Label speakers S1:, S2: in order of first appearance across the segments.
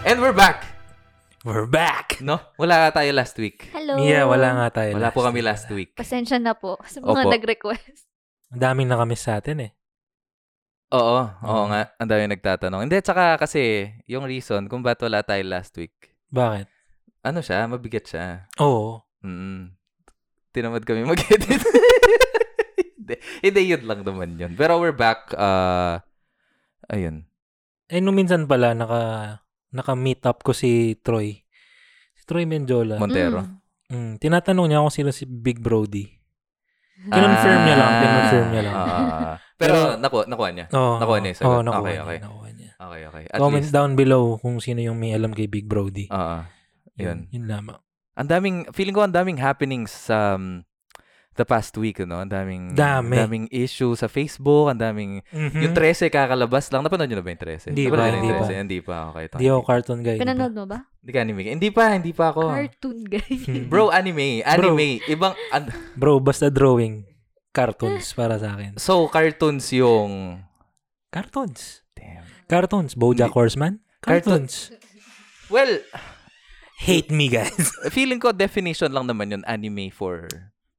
S1: And we're back!
S2: We're back!
S1: No? Wala nga tayo last week.
S3: Hello.
S2: Mia, wala nga tayo.
S1: Wala po
S2: last.
S1: kami last week.
S3: Pasensya na po sa mga
S1: Opo.
S3: nag-request.
S2: Ang daming nakamiss sa atin eh.
S1: Oo, oo
S2: Mm.
S1: nga. Ang dami nagtatanong. Hindi, tsaka kasi yung reason kung ba't wala tayo last week,
S2: Bakit?
S1: ano siya, mabigat siya.
S2: Oo.
S1: Mm. Tinamad kami mag-edit. hindi, hindi, yun lang naman yun. Pero we're back. Uh, ayun.
S2: Eh, nung minsan pala, naka, naka-meet up ko si Troy. Si Troy Mendiola.
S1: Montero.
S2: Mm,
S3: Mm.
S2: tinatanong niya kung sino si Big Brody. Kinonfirm niya lang, kinonfirm niya lang.
S1: ah. pero,
S2: Pero-
S1: naku, nakuha niya.
S2: Oo.
S1: Nakuha niya yung sagot.
S2: Oo, nakuha
S1: Okay,
S2: niya,
S1: okay.
S2: nakuha niya.
S1: Okay, okay. At
S2: Comment
S1: least.
S2: down below kung sino yung may alam kay Big Brody.
S1: Oo. yun.
S2: Yun lamang.
S1: Ang daming, feeling ko ang daming happenings sa um, the past week, no? Ang daming,
S2: Dami.
S1: daming issue sa Facebook, ang daming,
S2: Mhm.
S1: yung 13 kakalabas lang. Napanood nyo na ba yung 13?
S2: Hindi
S1: Napanood
S3: pa,
S1: nyo na
S3: hindi
S1: yung
S3: pa.
S1: 13? Hindi pa, okay. ito.
S2: Di ako cartoon guy. di ba?
S3: Pinanood mo ba?
S1: Hindi ka anime. Hindi pa, hindi pa ako.
S3: Cartoon guy.
S2: Hmm.
S1: Bro, anime. Anime. Ibang, an-
S2: Bro, basta drawing. Cartoons para sa akin.
S1: so, cartoons yung,
S2: Cartoons.
S1: damn.
S2: Cartoons. Bojack
S1: Hindi.
S2: Horseman.
S1: Cartoon-
S2: Cartoons.
S1: Well,
S2: Hate me, guys.
S1: feeling ko definition lang naman yun, anime for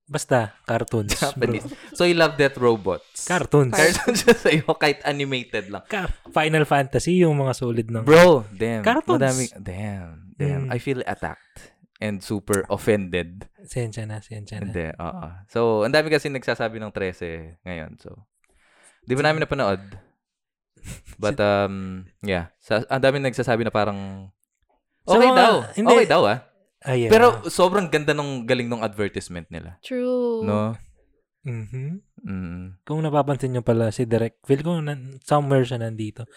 S2: Basta, cartoons. Bro.
S1: Japanese. So, you love that robots.
S2: Cartoons.
S1: Cartoon siya sa'yo, kahit animated lang.
S2: Ka- Final Fantasy, yung mga solid ng...
S1: Bro, damn.
S2: Cartoons.
S1: Madami, damn, damn.
S2: Mm.
S1: I feel attacked and super offended.
S2: Sensya na, sensya na.
S1: Hindi, oo. So, ang dami kasi nagsasabi ng 13 ngayon. So, di ba namin napanood? But, um, yeah. Sa, ang dami nagsasabi na parang,
S2: Sa
S1: okay
S2: mga-
S1: daw.
S2: hindi.
S1: Okay daw, ah.
S2: Ah, yeah.
S1: Pero, sobrang ganda nung galing nung advertisement nila.
S3: True.
S1: No?
S2: Mhm.
S1: Mm.
S2: Kung napapansin nyo pala si Direk, feel ko nan- somewhere siya nandito.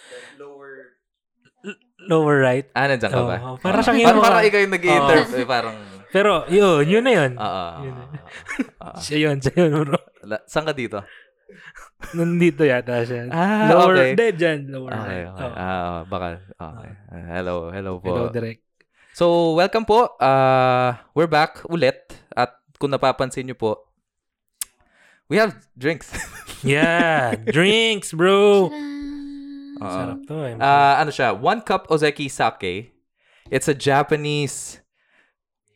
S2: L- Lower right.
S1: Ah, nandiyan ka
S2: Oo,
S1: ba?
S2: oo. Para siyang
S1: parang,
S2: yun,
S1: parang
S2: mga-
S1: ikaw yung nag-interview. Parang,
S2: Pero, yun, yun na yun.
S1: oo. oo,
S2: Yun
S1: oo, oo.
S2: Siya yun, siya yun, bro.
S1: La- Saan ka dito?
S2: Nandito yata siya.
S1: Ah,
S2: lower,
S1: okay.
S2: dead dyan, lower
S1: Okay,
S2: right.
S1: okay.
S2: Oh.
S1: Ah, baka, okay. Ah, Hello, hello po.
S2: Below Direk.
S1: So, welcome po. Uh, we're back ulit. At kung napapansin nyo po, we have drinks.
S2: Yeah, drinks, bro.
S3: Tadaan.
S1: Oo.
S2: Sarap to eh.
S1: Ah, ano siya? One cup Ozeki sake. It's a Japanese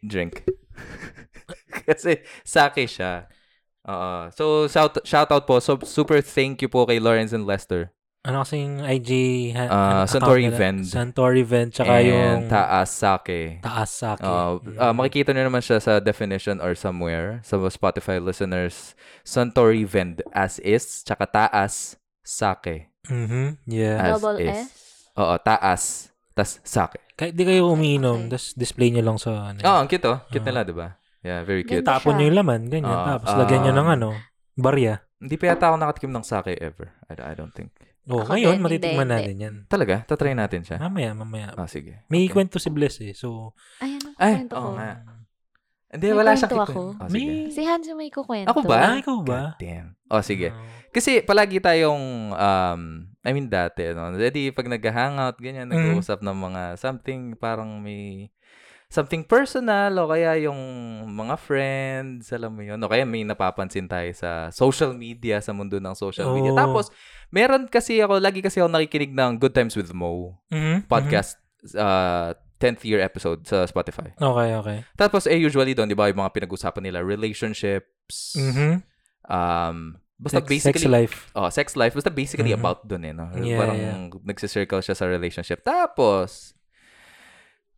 S1: drink. Kasi sake siya. Oo. So, shout, shout out po. So, super thank you po kay Lawrence and Lester.
S2: ano kasing IG? Ha- ano,
S1: Ah,
S2: account
S1: Suntory
S2: nila?
S1: Vend.
S2: Suntory Vend, tsaka yung
S1: and Taas Sake.
S2: taas sa akin. Mm.
S1: Uh, uh, makikita nyo naman siya sa definition or somewhere sa mga Spotify listeners. Suntory Vend as is, tsaka taas, sake.
S2: Mhm, Yeah.
S1: As
S3: Double
S1: is.
S3: S.
S1: Oo, taas, tas sake.
S2: Kahit di kayo umiinom,
S3: Okay.
S2: tas display nyo lang sa ano.
S1: Oo, ang cute oh. Cute nila, di ba? Yeah, very cute.
S3: Ganda.
S2: Tapon nyo yung laman, ganyan.
S1: Ah,
S2: Tapos lagyan nyo ng
S1: ah.
S2: ano, barya.
S1: Hindi pa yata ako nakatikim ng sake ever. I, I don't think.
S2: O, Oh,
S3: Ako
S2: ngayon,
S3: din,
S2: matitikman
S3: hindi,
S2: natin yan.
S1: Talaga? Tatry natin siya.
S2: Mamaya, mamaya.
S1: Ah, sige.
S2: May
S1: Okay.
S2: kwento si Bless eh. So,
S3: Ay, anong
S1: Ay,
S3: kwento
S1: oo
S3: ko?
S1: nga. Hindi,
S3: May
S1: wala siya
S3: kwento ako.
S1: Ah, sige.
S2: may...
S3: Si Hanzo may kukwento.
S1: Ako ba?
S2: Ah, ikaw ba?
S1: God damn. Oh, sige.
S2: Oh.
S1: Kasi palagi tayong, um, I mean dati, ano, eh di pag nag-hangout, ganyan,
S2: Mm.
S1: nag-uusap ng mga something, parang may something personal o kaya yung mga friends, alam mo yun. O kaya may napapansin tayo sa social media, sa mundo ng social media.
S2: Oo.
S1: Tapos, meron kasi ako, lagi kasi ako nakikinig ng Good Times with Mo
S2: Mhm,
S1: podcast, uh, 10th year episode sa Spotify.
S2: mhm. Okay, okay.
S1: Tapos, eh, usually doon, di ba, yung mga pinag-usapan nila, relationships,
S2: Mhm.
S1: um, basta
S2: Sex-
S1: basically,
S2: Sex life.
S1: Oh, sex life. Basta basically
S2: Mhm.
S1: about dun eh, no?
S2: Yeah,
S1: Parang
S2: yeah.
S1: nagsisircle siya sa relationship. Tapos,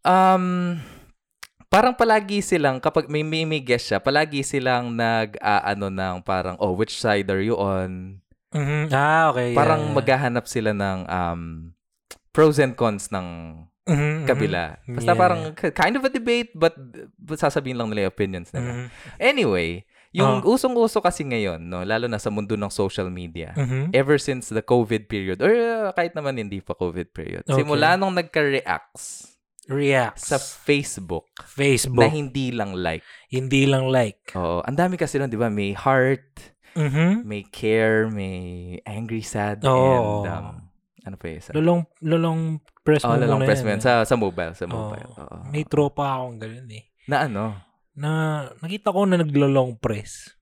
S1: um, parang palagi silang, kapag may, may, may guest siya, palagi silang nag-aano ng parang, oh, which side are you on?
S2: Mhm. Ah, okay.
S1: parang
S2: yeah, yeah.
S1: maghahanap sila ng um, pros and cons ng
S2: Mhm, mhm.
S1: kabila. Basta
S2: Yeah.
S1: parang k- kind of a debate, but, but sasabihin lang nila yung opinions nila.
S2: Mhm.
S1: Anyway, yung
S2: Oh.
S1: usong-uso kasi ngayon, no, lalo na sa mundo ng social media,
S2: Mhm.
S1: ever since the COVID period or uh, kahit naman hindi pa COVID period.
S2: Okay.
S1: Simula nung nagka-reacts
S2: Reacts.
S1: sa Facebook na
S2: Facebook.
S1: hindi lang like.
S2: hindi lang like.
S1: Oo, ang dami kasi nun, 'di ba? May heart,
S2: Mhm.
S1: may care, may angry sad
S2: Oo.
S1: and um, ano pa 'yung isa?
S2: Lolong, lolong press
S1: Oh,
S2: mo
S1: lalang
S2: muna
S1: press
S2: yan,
S1: mo yan.
S2: eh.
S1: sa sa mobile, sa mobile.
S2: Oo.
S1: Oo.
S2: May tropa akong ganun eh.
S1: na ano?
S2: Na nakita ko na naglo-long press.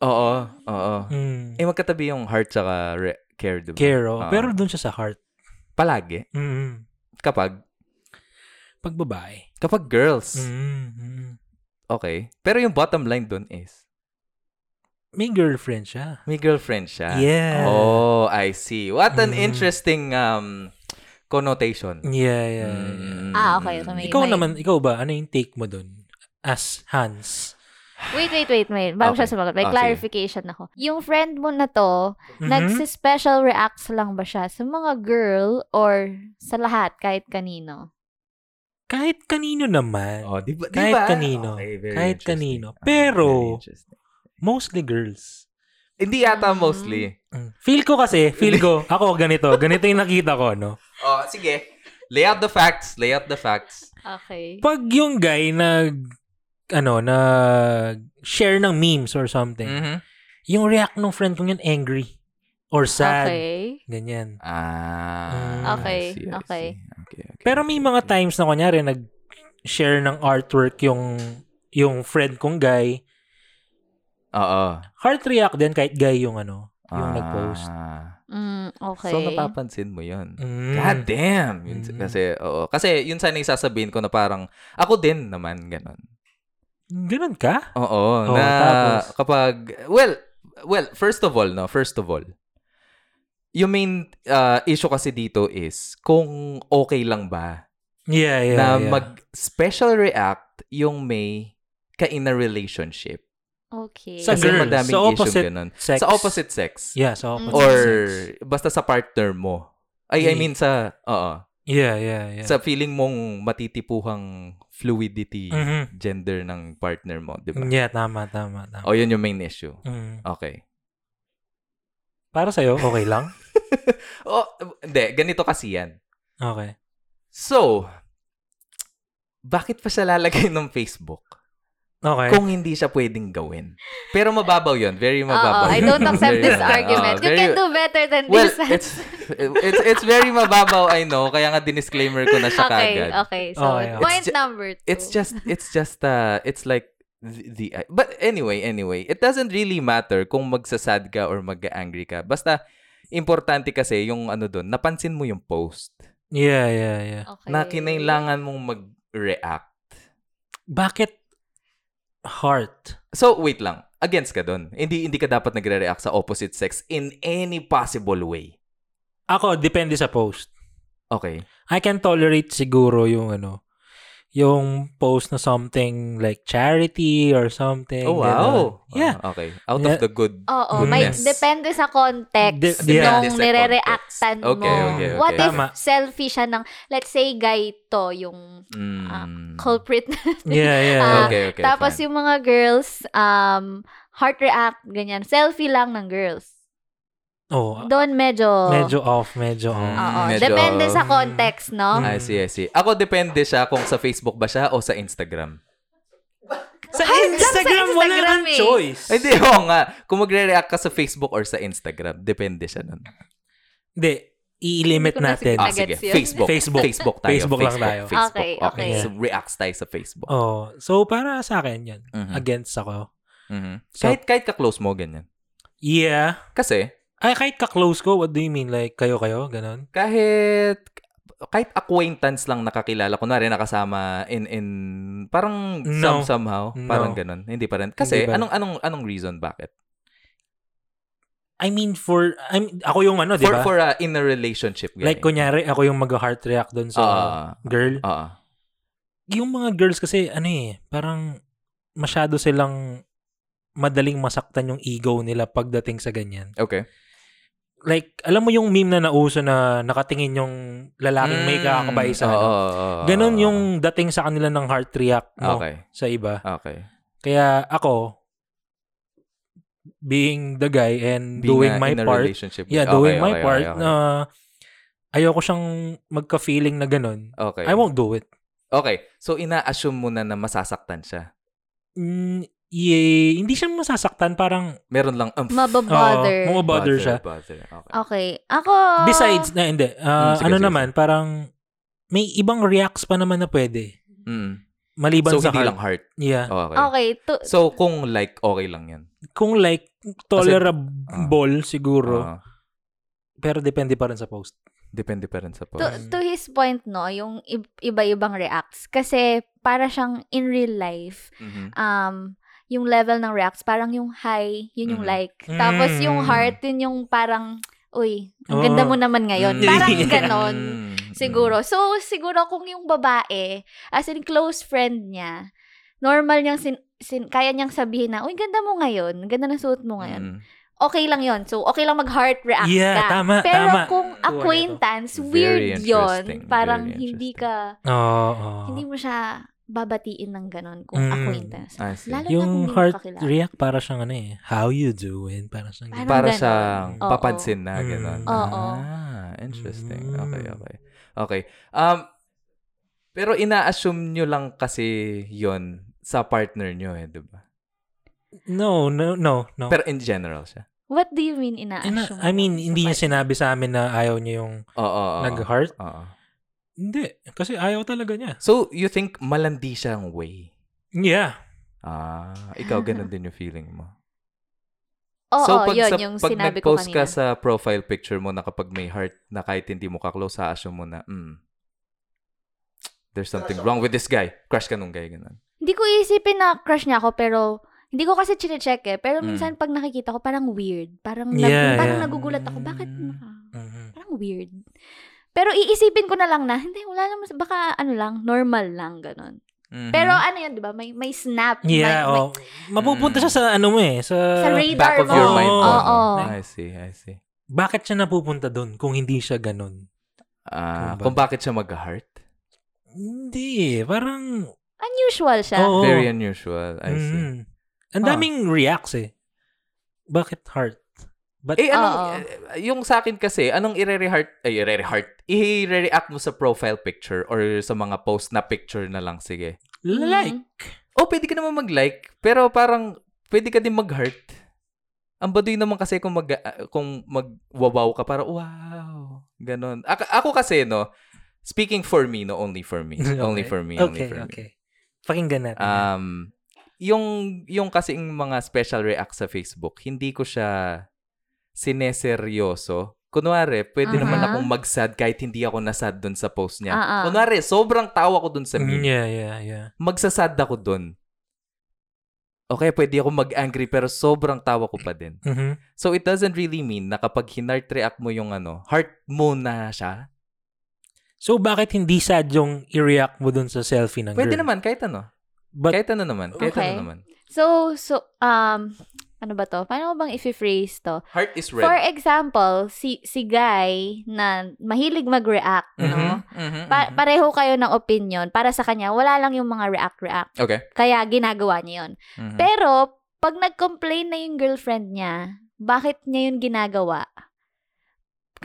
S1: Oo, oo.
S2: Mm.
S1: Eh magkatabi yung heart sa care, 'di ba?
S2: Care, oh.
S1: Oo.
S2: Pero dun siya sa heart.
S1: palagi
S2: Mm.
S1: kapag
S2: Mm-hmm. Pag babae.
S1: Kapag girls.
S2: Mm, mm.
S1: Okay. Pero yung bottom line dun is,
S2: May girlfriend siya.
S1: may girlfriend siya.
S2: Yeah.
S1: Ah. Oh, I see. What an
S2: Mm.
S1: interesting um connotation.
S2: Yeah, yeah, yeah.
S1: Mm.
S3: Ah, okay. So may-
S2: Ikaw naman, ikaw ba? Ano yung take mo dun? As Hans.
S3: Wait, wait, wait, wait. Bago
S1: Okay.
S3: siya sumagot,
S1: Ah, sige.
S3: may
S1: Mm-hmm.
S3: clarification ako. Yung friend mo na to,
S2: Mhm.
S3: nagsi-special reacts lang ba siya sa mga girl or sa lahat, kahit kanino?
S2: Kahit kanino naman.
S1: Oh, di ba? di
S2: kahit
S1: ba?
S2: kanino.
S1: Okay, very
S2: kahit
S1: interesting.
S2: kanino.
S1: Ah, very
S2: Pero,
S1: interesting.
S2: mostly girls.
S1: hindi yata
S3: Ah.
S1: mostly.
S2: Mm. Feel ko kasi, feel ko, ako ganito, ganito yung nakita ko, no?
S1: Oh, sige. Lay out the facts. Lay out the facts.
S3: Okay.
S2: Pag yung guy nag, ano, nag share ng memes or something,
S1: Mhm.
S2: yung react ng friend kong yun, angry or sad.
S3: Okay.
S2: Ganyan.
S1: Ah. I
S3: Okay,
S1: see, I
S3: okay.
S1: see. okay, okay.
S2: Pero may mga times na kunyari nag-share ng artwork yung yung friend kong guy.
S1: Oo.
S2: Heart react din kahit guy yung ano, yung
S1: Ah.
S2: nag-post.
S3: Mm, okay.
S1: So, napapansin mo yun.
S2: Mm.
S1: God damn! Yun,
S2: Mm.
S1: Kasi, oo. Kasi, yun sana yung sasabihin ko na parang, ako din naman, ganun.
S2: Ganun ka?
S1: Oo.
S2: Oo,
S1: na,
S2: tapos?
S1: kapag, well, well, first of all, no, first of all, yung main uh, issue kasi dito is kung okay lang ba
S2: Yeah, yeah,
S1: na
S2: yeah.
S1: mag-special react yung may ka in a relationship.
S3: Okay.
S2: Sa
S1: Kasi
S2: girl,
S1: madaming
S2: sa
S1: issue
S2: opposite
S1: ganun.
S2: sex.
S1: Sa opposite sex.
S2: Yeah, sa opposite
S1: Or
S2: sex.
S1: basta sa partner mo. Ay, I
S2: Mm.
S1: mean sa, oo.
S2: Yeah, yeah, yeah.
S1: Sa feeling mong matitipuhang fluidity
S2: Mhm.
S1: gender ng partner mo, di ba?
S2: Yeah, tama, tama, tama.
S1: O yun yung main issue.
S2: Mm.
S1: Okay.
S2: Para sa'yo, okay lang?
S1: Oh, hindi. Ganito kasi yan.
S2: Okay.
S1: So, bakit pa siya lalagay ng Facebook
S2: Okay.
S1: kung hindi siya pwedeng gawin? Pero mababaw yun. Very mababaw.
S3: Oo, I
S1: yun.
S3: don't accept
S1: Very
S3: this
S1: ano,
S3: argument.
S1: oo,
S3: You
S1: very-
S3: can do better than
S1: Well,
S3: this.
S1: it's, it's, it's very mababaw, I know. Kaya nga dinisclaimer ko na siya
S3: okay,
S1: kagad.
S3: okay. So,
S2: Okay, okay.
S3: point
S1: It's ju-
S3: number two.
S1: It's just, it's just, uh, it's like the, the, but anyway, anyway, it doesn't really matter kung magsasad ka or mag-angry ka. Basta, importante kasi yung ano doon, napansin mo yung post
S2: Yeah, yeah, yeah.
S3: Okay.
S1: na kinailangan mong mag-react.
S2: Bakit heart?
S1: So, wait lang. Against ka doon. Hindi, hindi ka dapat nagre-react sa opposite sex in any possible way.
S2: Ako, depende sa post.
S1: Okay.
S2: I can tolerate siguro yung ano, yung post na something like charity or something.
S1: Oh, wow.
S2: ganun. Yeah.
S1: Ah, okay. Out
S2: Yeah.
S1: of the good.
S3: Oo, may
S2: Yes.
S3: depende sa context
S2: De-
S1: yeah. Mm. Depende
S3: nung
S1: sa
S3: nire-reactan
S1: context. Okay,
S3: mo.
S1: okay, okay.
S3: What if
S2: Tama.
S3: selfie siya ng, let's say, guy to, yung
S1: Mm.
S3: Ah, culprit.
S2: Yeah, yeah.
S3: Ah,
S1: okay, okay.
S3: Tapos
S1: fine.
S3: yung mga girls, um, heart react, ganyan. Selfie lang ng girls.
S2: oh,
S3: Doon medyo...
S2: medyo off, medyo
S1: Mm.
S2: off.
S3: Oo,
S1: medyo-
S3: depende sa context, no?
S1: I
S2: Mm.
S1: see, I see. Ako depende siya kung sa Facebook ba siya o sa Instagram.
S2: Sa
S3: Hard lang sa
S2: Instagram, wala
S3: Instagram
S2: kang
S3: eh.
S2: choice.
S1: Ay, Hindi, oo nga. Kung magre-react ka sa Facebook or sa Instagram, depende siya nun.
S2: Hindi, i-limit
S3: Hindi ko na
S2: natin.
S1: Ah,
S3: Nagets
S1: sige.
S3: yun.
S1: Facebook.
S2: Facebook.
S1: Facebook tayo.
S2: Facebook lang tayo.
S1: Facebook.
S3: Okay,
S1: okay.
S2: okay.
S1: So, reacts tayo sa Facebook.
S2: Oh, so para sa akin yun.
S1: Mhm.
S2: Against ako.
S1: Mhm.
S2: Mm-hmm. So-
S1: kahit, kahit ka-close mo, ganyan.
S2: Yeah.
S1: Kasi,
S2: Ay, kahit ka-close ko, what do you mean? Like, kayo-kayo? Ganon?
S1: kahit kahit acquaintance lang nakakilala ko na rin nakasama in in parang
S2: No.
S1: some somehow
S2: No.
S1: parang ganun hindi pa rin kasi
S2: Hindi pa rin.
S1: anong anong anong reason bakit
S2: I mean, for, I'm, ako yung ano, di
S1: for
S2: ba?
S1: for a in a relationship guy.
S2: Like, kunyari, ako yung mag-heart react doon sa
S1: Ah,
S2: girl.
S1: ah, ah.
S2: Yung mga girls kasi, ano eh, parang masyado silang madaling masaktan yung ego nila pagdating sa ganyan.
S1: okay
S2: Like, alam mo yung meme na nauso na nakatingin yung lalaking may kakabay sa
S1: ano
S2: ano? Ganon yung dating sa kanila ng heart react mo
S1: okay
S2: sa iba.
S1: okay
S2: Kaya ako, being the guy and
S1: Being
S2: doing
S1: a-
S2: my
S1: in a
S2: part,
S1: relationship
S2: yeah,
S1: guy.
S2: doing
S1: Okay,
S2: my
S1: okay,
S2: part,
S1: okay,
S2: na ayoko siyang magka-feeling na ganun.
S1: okay.
S2: I won't do it.
S1: okay so ina-assume mo na na masasaktan siya
S2: Mm, yeah, hindi siya masasaktan, parang
S1: meron lang umph.
S3: Mababother.
S2: Oh, mababother siya.
S1: bother. okay
S3: Okay. Ako...
S2: Besides, na hindi,
S1: Mm,
S2: ah,
S1: sige,
S2: ano
S1: sige,
S2: naman, parang may ibang reacts pa naman na pwede.
S1: Mm. so
S2: Maliban sa
S1: hindi
S2: heart. Ah.
S1: lang heart
S2: Yeah.
S1: okay
S3: Okay, to,
S1: so kung like okay lang yan
S2: Kung like, tolerable siguro,
S1: Ah.
S2: pero depende pa rin sa post.
S1: Depende pa rin sa po.
S3: To, to his point, no, yung i- iba-ibang reacts. Kasi para siyang in real life,
S1: Mhm.
S3: um, yung level ng reacts, parang yung high, yun yung
S1: Mm.
S3: like. Tapos yung
S2: Mm.
S3: heart, yun yung parang, uy, ang ganda
S2: Oh.
S3: mo naman ngayon.
S1: Mm.
S3: Parang ganon.
S1: Mm, mm.
S3: Siguro. So, siguro kung yung babae, as in close friend niya, normal niyang sin, sin- kaya niyang sabihin na, uy, ganda mo ngayon. Ganda ng suot mo
S1: Mm.
S3: ngayon. Okay lang yon So, okay lang mag-heart react
S2: Yeah,
S3: ka.
S2: tama,
S3: Pero
S2: tama.
S3: kung
S2: Kuha na to.
S3: acquaintance,
S1: Very
S3: weird
S1: interesting,
S3: yon Parang
S1: very
S3: hindi
S1: interesting. Ah.
S3: ka,
S2: Oo.
S3: hindi mo siya babatiin ng ganon kung
S2: Mm.
S3: acquaintance.
S1: I see.
S3: Lalo na kung
S2: Yung
S3: hindi mo
S2: heart
S3: kakilala.
S2: react para siyang ano eh, how you doing? Para siyang
S3: Parang
S1: Para
S3: ganon.
S1: sa
S2: Oo.
S1: papansin na, gano'n.
S2: Mm.
S3: Oo.
S1: Ah, interesting.
S2: Mm.
S1: Okay, okay. Okay. Um, pero ina-assume nyo lang kasi yon sa partner nyo eh, di ba?
S2: No, no, no, no.
S1: Pero in general siya.
S3: What do you mean ina-assume?
S2: Ina- I mean,
S3: mo sa
S2: hindi niya
S3: partner?
S2: sinabi sa amin na ayaw niya yung
S1: Oo, oo, oo.
S2: nag-heart.
S1: Oo.
S2: Hindi, kasi ayaw talaga niya.
S1: So, you think malandi siyang way?
S2: Yeah.
S1: Ah, ikaw ganun din yung feeling mo.
S3: Oo,
S1: so, pag,
S3: yun
S1: sa,
S3: yung
S1: pag
S3: sinabi ko
S1: nag-post
S3: kanina.
S1: ka sa profile picture mo na kapag may heart na kahit hindi mo kaklose, assume mo na, mm, there's something wrong with this guy. Crush ka nung guy, ganun.
S3: Hindi ko iisipin na crush niya ako, pero hindi ko kasi chine-check eh. Pero
S1: Mm.
S3: minsan pag nakikita ko, parang weird. Parang,
S2: Yeah,
S3: nag, parang
S2: yeah.
S3: nagugulat ako. Bakit?
S1: Mm.
S3: naka-
S2: Mhm.
S3: Parang weird. Pero iisipin ko na lang na, hindi, wala naman. sa- Baka ano lang, normal lang, ganun.
S1: Mhm.
S3: Pero ano yun, di ba? May, may snap.
S2: Yeah,
S3: may,
S2: oh. Mapupunta siya sa ano mo eh, sa,
S3: may- Sa radar
S1: Uh, back of
S3: mo.
S1: your mind.
S2: Oo.
S1: mo, no?
S3: Oo.
S1: I see, I see.
S2: bakit siya napupunta doon kung hindi siya ganun?
S1: Ah,
S2: Kung
S1: kung bakit siya mag-heart?
S2: Hindi, eh, parang
S3: Unusual siya.
S2: Oo.
S1: Very unusual. I see.
S3: Mm-hmm.
S2: Mhm. Ang
S1: Huh.
S2: daming
S3: Ah.
S2: reacts eh. Bakit heart? But
S1: Eh, anong,
S3: Oo.
S1: eh, yung sa akin kasi, anong ire-reheart, ay, ire-reheart, i-react mo sa profile picture or sa mga post na picture na lang, sige.
S3: Mm-hmm.
S2: like,
S1: Oh, pwede ka naman mag-like, pero parang, pwede ka din mag-heart. Ang baduy naman kasi kung mag, ah, kung mag-wow ka, para wow, ganon. Ak- ako kasi, no, speaking for me, no, only for me, only
S2: Okay.
S1: for me, only
S2: okay,
S1: for me.
S2: okay. Pakinggan natin.
S1: Um, yung yung kasing mga special reacts sa Facebook, hindi ko siya sineseryoso. Kunwari, pwede
S2: Uh-huh.
S3: Aha.
S1: naman akong mag-sad kahit hindi ako nasad dun sa post niya.
S3: Ah, ah.
S1: Kunwari, sobrang tawa ko dun sa
S2: Uh-uh. Mm,
S1: meme.
S2: yeah, yeah, yeah.
S1: Magsasad ako dun. Okay, pwede ako mag-angry pero sobrang tawa ko pa din.
S2: Mhm.
S1: So, it doesn't really mean na kapag hinart react mo yung ano, heart mo na siya,
S2: So, bakit hindi sad yung i-react mo dun sa selfie ng
S1: pwede
S2: girl?
S1: naman, kahit ano.
S2: But,
S1: kahit ano naman, kahit
S3: Okay.
S1: ano naman.
S3: So, so, um, ano ba to? Paano ko bang i-phrase to?
S1: Heart is red.
S3: For example, si si Guy na mahilig mag-react, no?
S1: Mhm, mhm,
S3: Pa-
S1: mhm.
S3: pareho kayo ng opinion. Para sa kanya, wala lang yung mga react-react.
S1: Okay.
S3: Kaya ginagawa niya yun.
S1: Mhm.
S3: Pero, pag nag-complain na yung girlfriend niya, bakit niya yun ginagawa?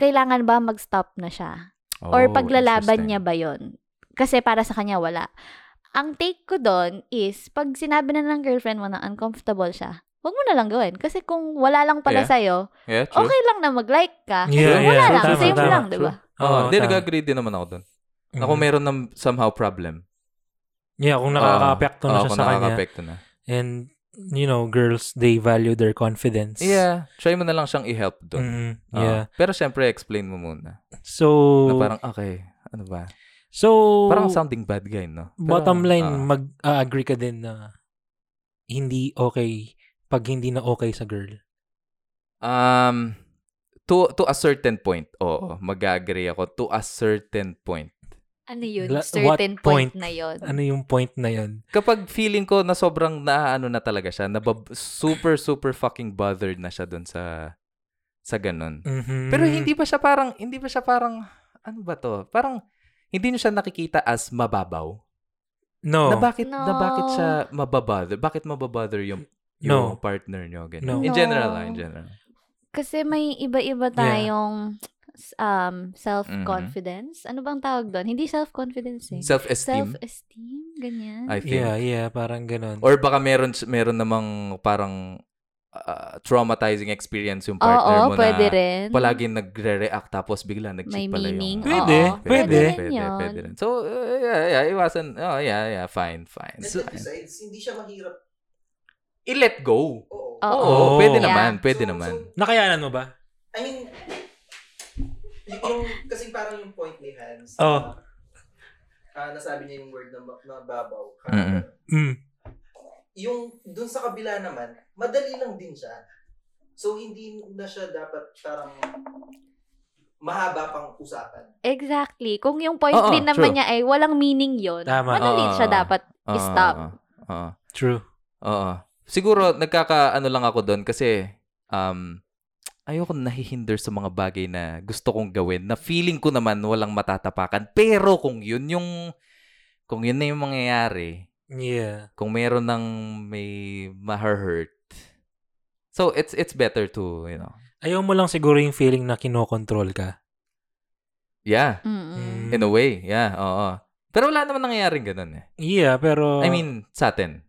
S3: Kailangan ba mag-stop na siya? Or
S1: Oh,
S3: paglalaban
S1: interesting.
S3: niya ba yun? Kasi para sa kanya, wala. Ang take ko doon is, pag sinabi na ng girlfriend mo na uncomfortable siya, wag mo na lang gawin. Kasi kung wala lang pala
S1: Yeah.
S3: sa'yo,
S1: Yeah, true.
S3: okay lang na mag-like ka. Kasi
S2: Yeah,
S3: wala
S2: yeah.
S3: lang.
S2: Tama,
S3: same
S2: tama.
S3: lang, di ba?
S1: Oo, oh, hindi,
S2: oh, tama.
S1: nag-agree din naman ako dun. Na kung
S2: Mhm.
S1: meron ng somehow problem.
S2: Yeah, kung nakaka-apekto na
S1: Oo,
S2: siya
S1: kung
S2: sa kanya.
S1: nakaka-apekto na.
S2: And, you know, girls, they value their confidence.
S1: Yeah, try mo na lang siyang i-help dun.
S2: Mhm.
S1: Oo.
S2: Yeah.
S1: Pero syempre, explain mo muna.
S2: So,
S1: Na parang, okay, ano ba?
S2: so,
S1: Parang sounding bad guy, no? Pero,
S2: bottom line,
S1: ah,
S2: mag-agree ka din na hindi okay pag hindi na okay sa girl.
S1: um, to to a certain point. Oo, mag-agree ako. To a certain point.
S3: Ano yun?
S2: La-
S3: certain
S2: what point?
S3: point, na yun.
S2: Ano yung point na yun?
S1: Kapag feeling ko na sobrang naaano na talaga siya, na super, super fucking bothered na siya dun sa sa ganun.
S2: Mhm.
S1: Pero hindi pa siya parang, hindi pa siya parang, ano ba to? Parang, hindi niyo siya nakikita as mababaw.
S2: No.
S1: Na bakit, na
S3: No.
S1: bakit siya mababother? Bakit mababother yung, yung
S2: No.
S1: partner niyo? Ganun.
S2: No.
S1: In general,
S3: No.
S1: ah, in general.
S3: Kasi may iba-iba
S2: Yeah.
S3: tayong
S1: Mm-hmm.
S3: um, self-confidence. Ano bang tawag doon? Hindi self-confidence eh.
S1: Self-esteem,
S3: Self-esteem? Ganyan?
S1: I think.
S2: Yeah, yeah, parang ganun.
S1: Or baka meron, s- meron namang parang ah, traumatizing experience yung partner
S3: Oo,
S1: mo
S3: pwede
S1: na
S3: rin.
S1: palagi nagre-react tapos bigla
S3: May
S1: nag-cheat pala
S3: meaning.
S1: yung...
S2: Pwede, Pwede,
S3: Oo, pwede.
S2: pwede.
S3: rin yun.
S1: pwede rin. So, uh, yeah, yeah, iwasan. Oh, yeah, yeah, fine, fine.
S4: And then
S1: fine.
S4: besides, hindi siya mahirap.
S1: I-let go.
S4: Oo.
S3: Oo.
S1: Oo, pwede
S3: Yeah.
S1: naman, pwede
S4: So-
S1: naman.
S4: so,
S2: Nakayanan mo ba?
S4: I mean, Yung, yung, kasi parang yung point ni Hans.
S2: Oh.
S4: na- ah, nasabi niya yung word na, ma- na babaw.
S1: Mm-mm.
S2: Mm.
S4: Yung dun sa kabila naman, madali lang din siya. So, hindi na siya dapat parang mahaba pang usapan.
S3: Exactly. Kung yung point
S1: Oo,
S3: din naman
S2: true.
S3: niya ay walang meaning yon
S2: Tama.
S3: madali
S1: Oo,
S3: siya
S1: oo.
S3: dapat.
S1: Oo,
S3: Stop.
S1: oo, oo.
S2: True.
S1: Oo. Siguro, nagkakaano lang ako doon kasi um, ayoko nahihinder sa mga bagay na gusto kong gawin na feeling ko naman walang matatapakan. Pero kung yun yung, kung yun na yung mangyayari,
S2: Yeah.
S1: kung meron ng may ma-hurt, so it's it's better to, you know,
S2: Ayaw mo lang siguro yung feeling na kinokontrol ka.
S1: yeah,
S3: Mm-mm.
S1: in a
S2: Mm.
S1: way, yeah, oo. Pero wala naman nangyayaring ganun eh.
S2: Yeah, pero...
S1: I mean, sa atin.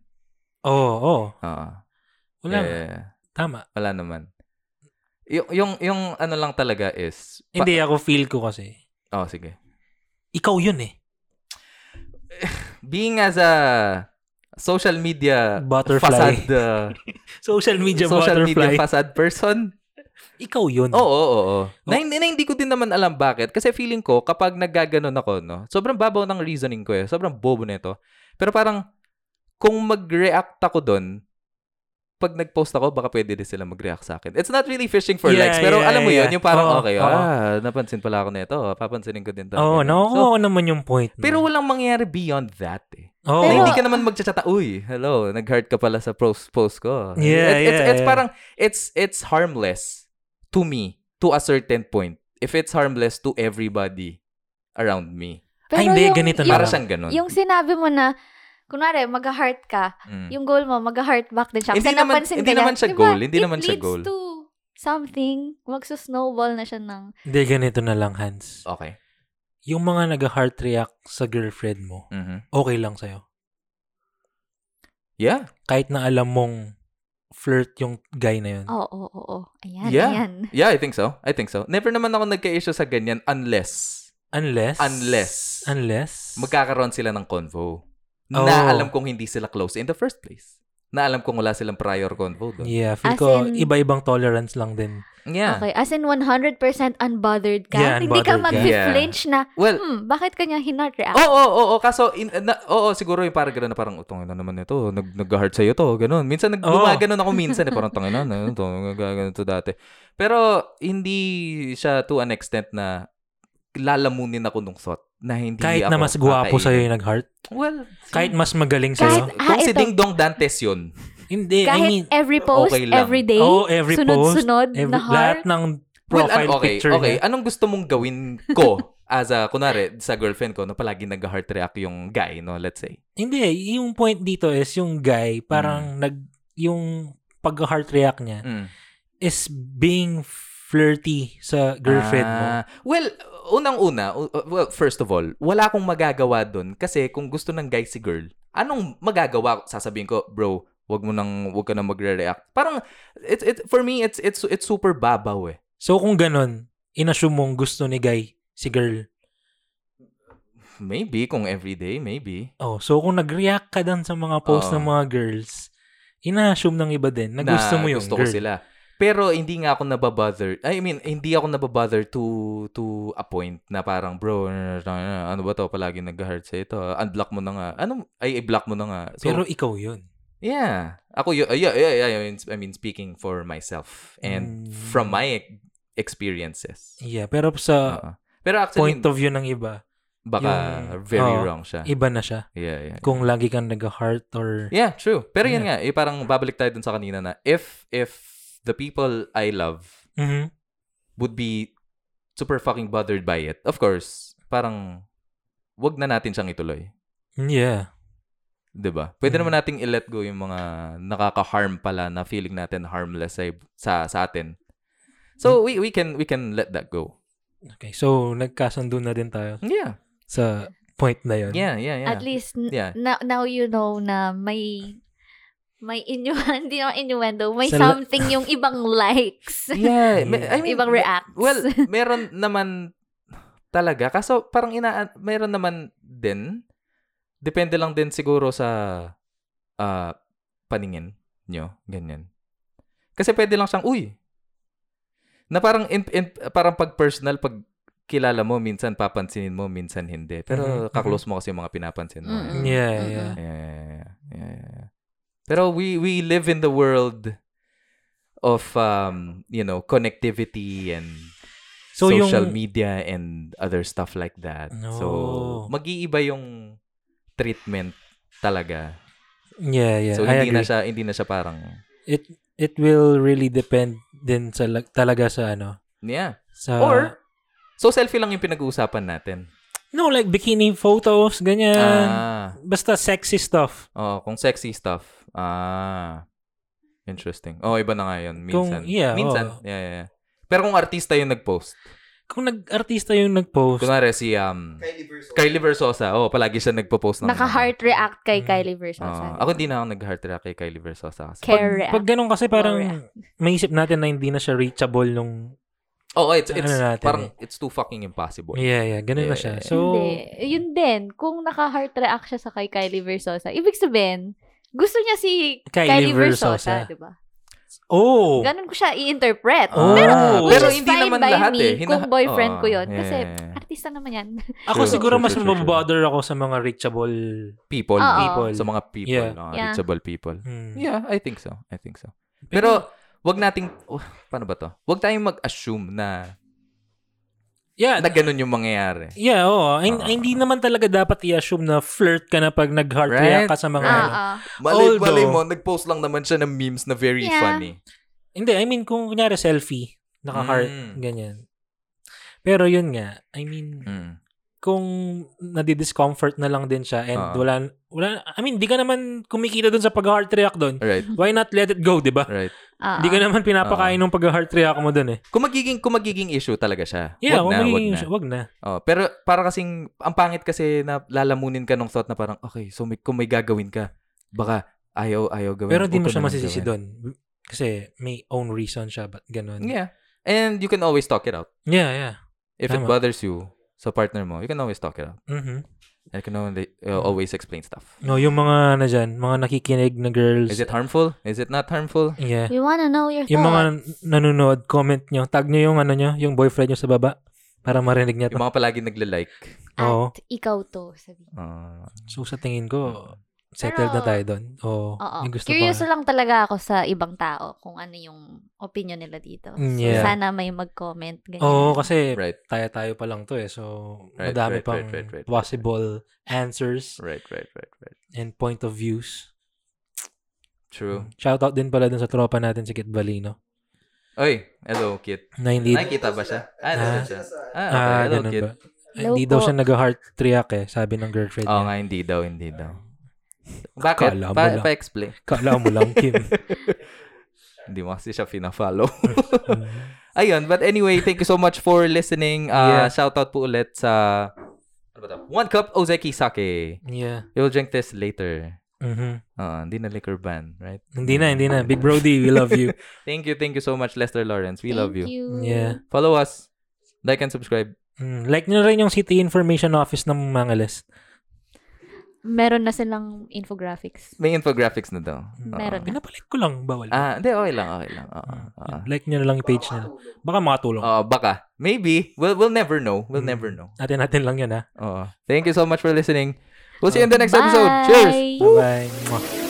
S2: Oo, oh, oo. Oh,
S1: Oo.
S2: wala. na.
S1: Eh,
S2: Tama.
S1: wala naman. Y- yung, yung ano lang talaga is... pa-
S2: Hindi, ako feel ko kasi.
S1: Oh, sige.
S2: Ikaw yun eh.
S1: Being as a social media Uh,
S2: Butterfly.
S1: facade uh,
S2: Social media
S1: social media
S2: butterfly. Hmm. Oh.
S1: facade person.
S2: Ikaw yun.
S1: Oo, oo, oo. Na, hindi, na hindi ko din naman alam bakit kasi feeling ko kapag naggaganon ako, no. Sobrang babaw ng reasoning ko eh. Sobrang bobo nito. Pero parang kung mag-react ako doon, pag nag-post ako, baka pwede din sila mag-react sa akin. It's not really fishing for
S2: Yeah,
S1: likes, pero
S2: yeah,
S1: alam mo
S2: yeah.
S1: yun, yung parang
S2: Oo,
S1: okay,
S2: oo.
S1: ah, napansin pala ako nito, ah, papansinin ko din to. Ganun.
S2: Oo, oh,
S1: So,
S2: nakukuha ko naman yung point. mo.
S1: pero walang mangyayari beyond that eh.
S2: Oo.
S1: Na
S3: Pero-
S1: hindi ka naman magchat-chat, uy, hello, nag-heart ka pala sa post post ko.
S2: Yeah,
S1: It- it's,
S2: yeah,
S1: it's
S2: yeah.
S1: parang it's it's harmless to me to a certain point. If it's harmless to everybody around me.
S3: Pero
S2: Ay, hindi, ganito na
S1: Para
S2: lang.
S1: siyang ganun.
S3: Yung sinabi mo na, kunwari, mag-heart ka,
S1: Mm.
S3: yung goal mo, mag-heart back din siya. Kasi
S1: Hindi naman-
S3: napansin
S1: hindi
S3: ka niya,
S1: naman siya
S3: di ba,
S1: goal, hindi naman siya goal.
S3: It leads to something. Magsusnowball na siya ng...
S2: Hindi, ganito na lang, Hans.
S1: Okay.
S2: Yung mga nag-heart react sa girlfriend mo,
S1: Mhm.
S2: okay lang sa'yo.
S1: Yeah.
S2: Kahit na alam mong flirt yung guy na yun.
S3: Oo, oo, oo. Ayan,
S1: Yeah.
S3: ayan.
S1: Yeah, I think so. I think so. Never naman ako nagka-issue sa ganyan unless
S2: Unless?
S1: Unless.
S2: Unless?
S1: magkakaroon sila ng convo
S2: Oh.
S1: na alam kong hindi sila close in the first place. Na alam kong wala silang prior convo doon.
S2: Yeah, feel
S3: As
S2: ko
S3: in-
S2: iba-ibang tolerance lang din.
S1: Yeah.
S3: Okay, as in 100% unbothered ka.
S2: Yeah,
S3: hindi ka
S2: unbothered ka.
S3: mag-flinch na,
S1: Well, Oh,
S3: hmm, bakit kanya hinart react?
S1: Oo,
S2: Ah.
S1: oo, oo. Kaso, in, na, oo, siguro yung parang gano'n na parang, utong na naman ito, nag, nag-heart sa'yo to, gano'n. Minsan, nag,
S2: Oo.
S1: gumaganon ako minsan, eh, parang tangin na, ano to, gano'n to dati. Pero, hindi siya to an extent na lalamunin ako nung thought na hindi ako
S2: Kahit na mas gwapo
S1: kakainin.
S2: sa'yo yung nag-heart.
S1: Well, si-
S2: Kahit mas magaling
S1: kung,
S2: sa'yo.
S3: Kahit-
S1: kung
S3: ah,
S1: si
S3: ito.
S1: Ding Dong Dantes yun.
S2: hindi, I
S3: Kahit
S2: mean,
S3: every post,
S1: okay lang.
S3: every day,
S2: oh, every post,
S3: sunod-sunod
S2: every,
S3: na
S2: lahat
S3: heart.
S2: ng
S1: Well,
S2: profile
S1: ano, okay,
S2: picture
S1: okay.
S2: niya.
S1: Anong gusto mong gawin ko as a, kunwari, sa girlfriend ko na palagi nag-heart react yung guy, no, let's say.
S2: Hindi, yung point dito is yung guy, parang nag, yung pag-heart react niya
S1: Mm.
S2: is being flirty sa girlfriend mo.
S1: Ah, Well, unang-una, u- uh, well, first of all, wala akong magagawa doon kasi kung gusto ng guy si girl, anong magagawa? ko? Sasabihin ko, bro, wag mo nang wag ka nang magre-react. Parang it's it for me it's it's it's super babaw eh.
S2: So kung ganun, inassume mong gusto ni guy si girl.
S1: Maybe kung everyday, maybe.
S2: Oh, so kung nag-react ka dun sa mga
S1: Oo.
S2: post ng mga girls, ina-assume ng iba din na gusto mo yung
S1: gusto
S2: girl.
S1: ko sila. Pero hindi nga ako nababother. I mean, hindi ako nababother to to a point na parang, bro, ano ba to? Palagi nag-heart sa ito. Unblock mo na nga. Ano? Ay, i-block mo na nga. So,
S2: Pero ikaw yun.
S1: Yeah. Ako, y- yeah, yeah, yeah. I mean, I mean, speaking for myself and
S2: Mm.
S1: from my e- experiences.
S2: Yeah, pero sa
S1: Oo. Pero actually,
S2: Uh, point of view ng iba,
S1: baka
S2: yung-
S1: very
S2: oo,
S1: wrong siya.
S2: iba na siya.
S1: yeah, yeah.
S2: Kung lagi kang nag-heart or...
S1: Yeah, true. Pero yun nga, eh, parang babalik tayo dun sa kanina na if if the people I love
S2: Mhm.
S1: would be super fucking bothered by it, of course, parang wag na natin siyang ituloy.
S2: Yeah.
S1: 'di ba? Pwede
S2: Mm.
S1: naman nating i-let go yung mga nakaka-harm pala na feeling natin harmless sa sa, sa atin. So
S3: Mm.
S1: we we can we can let that go.
S2: Okay, so nagkasundo na din tayo
S1: Yeah.
S2: sa point na yun.
S1: Yeah, yeah, yeah.
S3: At least, n-
S1: Yeah.
S3: now, now you know na may may innuendo, hindi naman innuendo, may
S2: Sa la-
S3: something yung ibang likes.
S1: Yeah, me- I
S2: Yeah.
S1: mean
S3: ibang reacts.
S1: Well, meron naman talaga. Kaso parang ina meron naman din. Depende lang din siguro sa ah, paningin nyo. Ganyan. Kasi pwede lang siyang, uy! Na parang, in, in- parang pag personal, pag kilala mo, minsan papansinin mo, minsan hindi. Pero
S2: Mhm,
S1: kaklose mo kasi yung mga pinapansin mo.
S3: Mm-mm.
S2: Yeah,
S3: Mm-mm.
S2: yeah.
S1: Yeah, yeah, yeah, yeah, yeah. Pero we we live in the world of um, you know, connectivity and
S2: So,
S1: social
S2: yung,
S1: media and other stuff like that. So,
S2: No.
S1: mag-iiba yung treatment talaga.
S2: Yeah, yeah.
S1: so,
S2: I
S1: hindi na
S2: agree.
S1: siya, hindi na siya parang,
S2: It it will really depend din sa lag- talaga sa ano.
S1: yeah.
S2: Sa
S1: Or, so selfie lang yung pinag-uusapan natin.
S2: no like bikini photos ganyan.
S1: ah,
S2: Basta sexy stuff.
S1: oh, kung sexy stuff. Ah, interesting. Oh, iba na nga yun. Minsan.
S2: Kung- yeah, oh.
S1: Minsan.
S2: oo.
S1: Yeah, yeah, yeah. Pero kung artista yung nag-post.
S2: Kung nag-artista yung nag-post.
S1: Kunwari si um,
S4: Kylie Verso.
S1: Kylie Versosa. Oh, palagi siya nagpo-post ng
S3: Naka-heart react kay
S2: Mm.
S3: Kylie
S1: Ah,
S3: Versosa.
S1: ako hindi na ako nag-heart react kay Kylie Versosa. Kasi
S3: Care react.
S2: Pag ganun kasi parang
S3: Correct.
S2: maisip natin na hindi na siya reachable nung
S1: Oh, it's
S2: Ano
S1: it's
S2: natin
S1: parang it's too fucking impossible.
S2: Yeah, yeah, ganun na siya.
S1: Yeah.
S2: So
S3: Hindi. Yun din. Kung naka-heart react siya sa kay Kylie Versosa, ibig sabihin, gusto niya si
S2: Kylie
S3: Kylie, Versosa,
S2: Versosa.
S3: di ba?
S2: Oh.
S3: Ganun ko siya i-interpret.
S1: Ah,
S3: Pero,
S2: Oh.
S3: which
S1: pero
S3: is
S1: hindi
S3: fine
S1: naman
S3: by
S1: lahat
S3: me
S1: eh.
S3: kung
S1: Hinaha-
S3: boyfriend
S1: Oo,
S3: ko yun.
S1: yeah,
S3: Kasi,
S1: yeah, yeah.
S3: artista naman yan.
S2: Ako
S1: Sure,
S2: siguro
S1: sure,
S2: mas
S1: sure, sure.
S2: mabother ako sa mga reachable.
S1: people,
S3: Oo.
S2: People.
S1: sa mga people,
S2: Yeah.
S1: no?
S3: Yeah.
S1: reachable people.
S2: Hmm.
S1: Yeah, I think so. I think so. Pero wag nating oh, paano ba to? Wag tayong mag-assume na
S2: yeah,
S1: na ganun yung mangyayari.
S2: yeah, oo. Ay-
S1: Ah.
S2: ay, hindi naman talaga dapat i-assume na flirt ka na pag nag-heart
S1: Right?
S2: react ka sa mga
S3: Ah,
S2: ano.
S3: ah.
S1: Malay,
S2: Although-
S1: malay mo, nag-post lang naman siya ng memes na very
S3: Yeah.
S1: funny.
S2: Hindi, I mean, kung kunyari selfie, naka-heart,
S1: Mm.
S2: ganyan. Pero yun nga, I mean,
S1: Mm.
S2: kung nadi-discomfort na lang din siya and
S1: Ah.
S2: wala, wala, I mean, di ka naman kumikita dun sa pag-heart react dun.
S1: Right,
S2: Why not let it go, di ba?
S1: right.
S3: ah,
S2: Hindi ka naman pinapakain ng pag-heart react mo dun eh.
S1: Kung magiging, kung magiging issue talaga siya.
S2: Yeah,
S1: wag
S2: wag,
S1: na,
S2: magiging
S1: wag na.
S2: siya- wag na.
S1: Oh, pero para kasing ang pangit kasi na lalamunin ka nung thought na parang okay, so may, kung may gagawin ka, baka ayaw ayaw gawin.
S2: Pero di mo
S1: Huwag ka
S2: siya
S1: naman
S2: masisisi
S1: gawin.
S2: doon. Kasi may own reason siya, but ganun.
S1: Yeah. And you can always talk it out.
S2: yeah. yeah.
S1: If it
S2: Tama.
S1: bothers you sa partner mo, you can always talk it out.
S2: Mhm.
S1: And you can only, uh,
S2: Hmm.
S1: always explain stuff.
S2: No, yung mga na dyan, mga nakikinig na girls.
S1: Is it harmful? Is it not harmful?
S2: Yeah.
S3: We wanna know your
S2: Yung mga
S3: thoughts.
S2: nanonood, comment nyo. Tag nyo yung ano nyo, yung boyfriend nyo sa baba. Para marinig niya
S1: Yung
S2: to.
S1: mga palagi nagle-like.
S3: At
S2: Oo.
S3: ikaw to. Sabi.
S1: Uh,
S2: So sa tingin ko, settled na
S3: Pero-
S2: tayo doon. Oo.
S3: Oo.
S2: yung gusto
S3: Curious
S2: ko.
S3: lang talaga ako sa ibang tao kung ano yung opinion nila dito. So,
S2: Mm, Yeah.
S3: sana may mag-comment. Ganyan.
S2: Oo, kasi
S1: right,
S2: tayo-tayo pa lang to eh. So,
S1: Right,
S2: madami
S1: right,
S2: pang
S1: right, right, right, right,
S2: possible answers
S1: right, right, right, right.
S2: and point of views.
S1: True.
S2: Shoutout din pala dun sa tropa natin si Kit Balino.
S1: Oy, hello, kid.
S2: Na hindi,
S1: Ay, kita ba siya? Ah,
S4: Ah,
S2: nandun
S1: siya.
S4: sa-
S1: Ah, okay.
S2: ah,
S1: hello,
S2: ganun
S1: kid.
S2: ba?
S3: Hello
S2: hindi daw
S3: po.
S2: siya nag-heart react eh, sabi ng girlfriend
S1: Oo
S2: niya.
S1: nga, hindi daw, hindi daw. Bakit?
S2: Kala mo
S1: Pa-
S2: lang.
S1: pa-explain.
S2: Kala mo lang, Kim.
S1: Hindi mo kasi siya fina-follow. Ayun, but anyway, thank you so much for listening. Uh,
S2: Yeah.
S1: Shoutout po ulit sa ano ba to? One Cup Ozeki Sake.
S2: yeah.
S1: You'll drink this later.
S2: Mhm.
S1: Uh, hindi na liquor ban, right?
S2: Hindi na, hindi na. Big Brody, we love you.
S1: Thank you, thank you so much, Lester Lawrence. We
S3: Thank
S1: love you.
S2: Yeah.
S1: Follow us. Like and subscribe.
S2: Mm, like nyo rin yung City Information Office ng Mangalis.
S3: Meron na silang infographics.
S1: May infographics na daw.
S2: Hmm.
S1: Oo.
S3: Meron na.
S2: Pinapalit Ah, ko lang, bawal.
S1: Mm.
S2: Ah,
S1: Ah, hindi, okay lang, okay lang. Uh-uh, Oo, oo.
S2: Like nyo na lang yung page nila.
S4: Makatulog.
S2: Baka makatulong.
S1: Oo, baka. Maybe. We'll, we'll never know. We'll
S2: Mm.
S1: never know. Uh-uh.
S2: Atin-atin lang ah. yan, ha?
S1: Oo. Thank you so much for listening. We'll see you in the next
S3: Bye!
S1: episode. Cheers!
S2: Bye-bye. Mwah.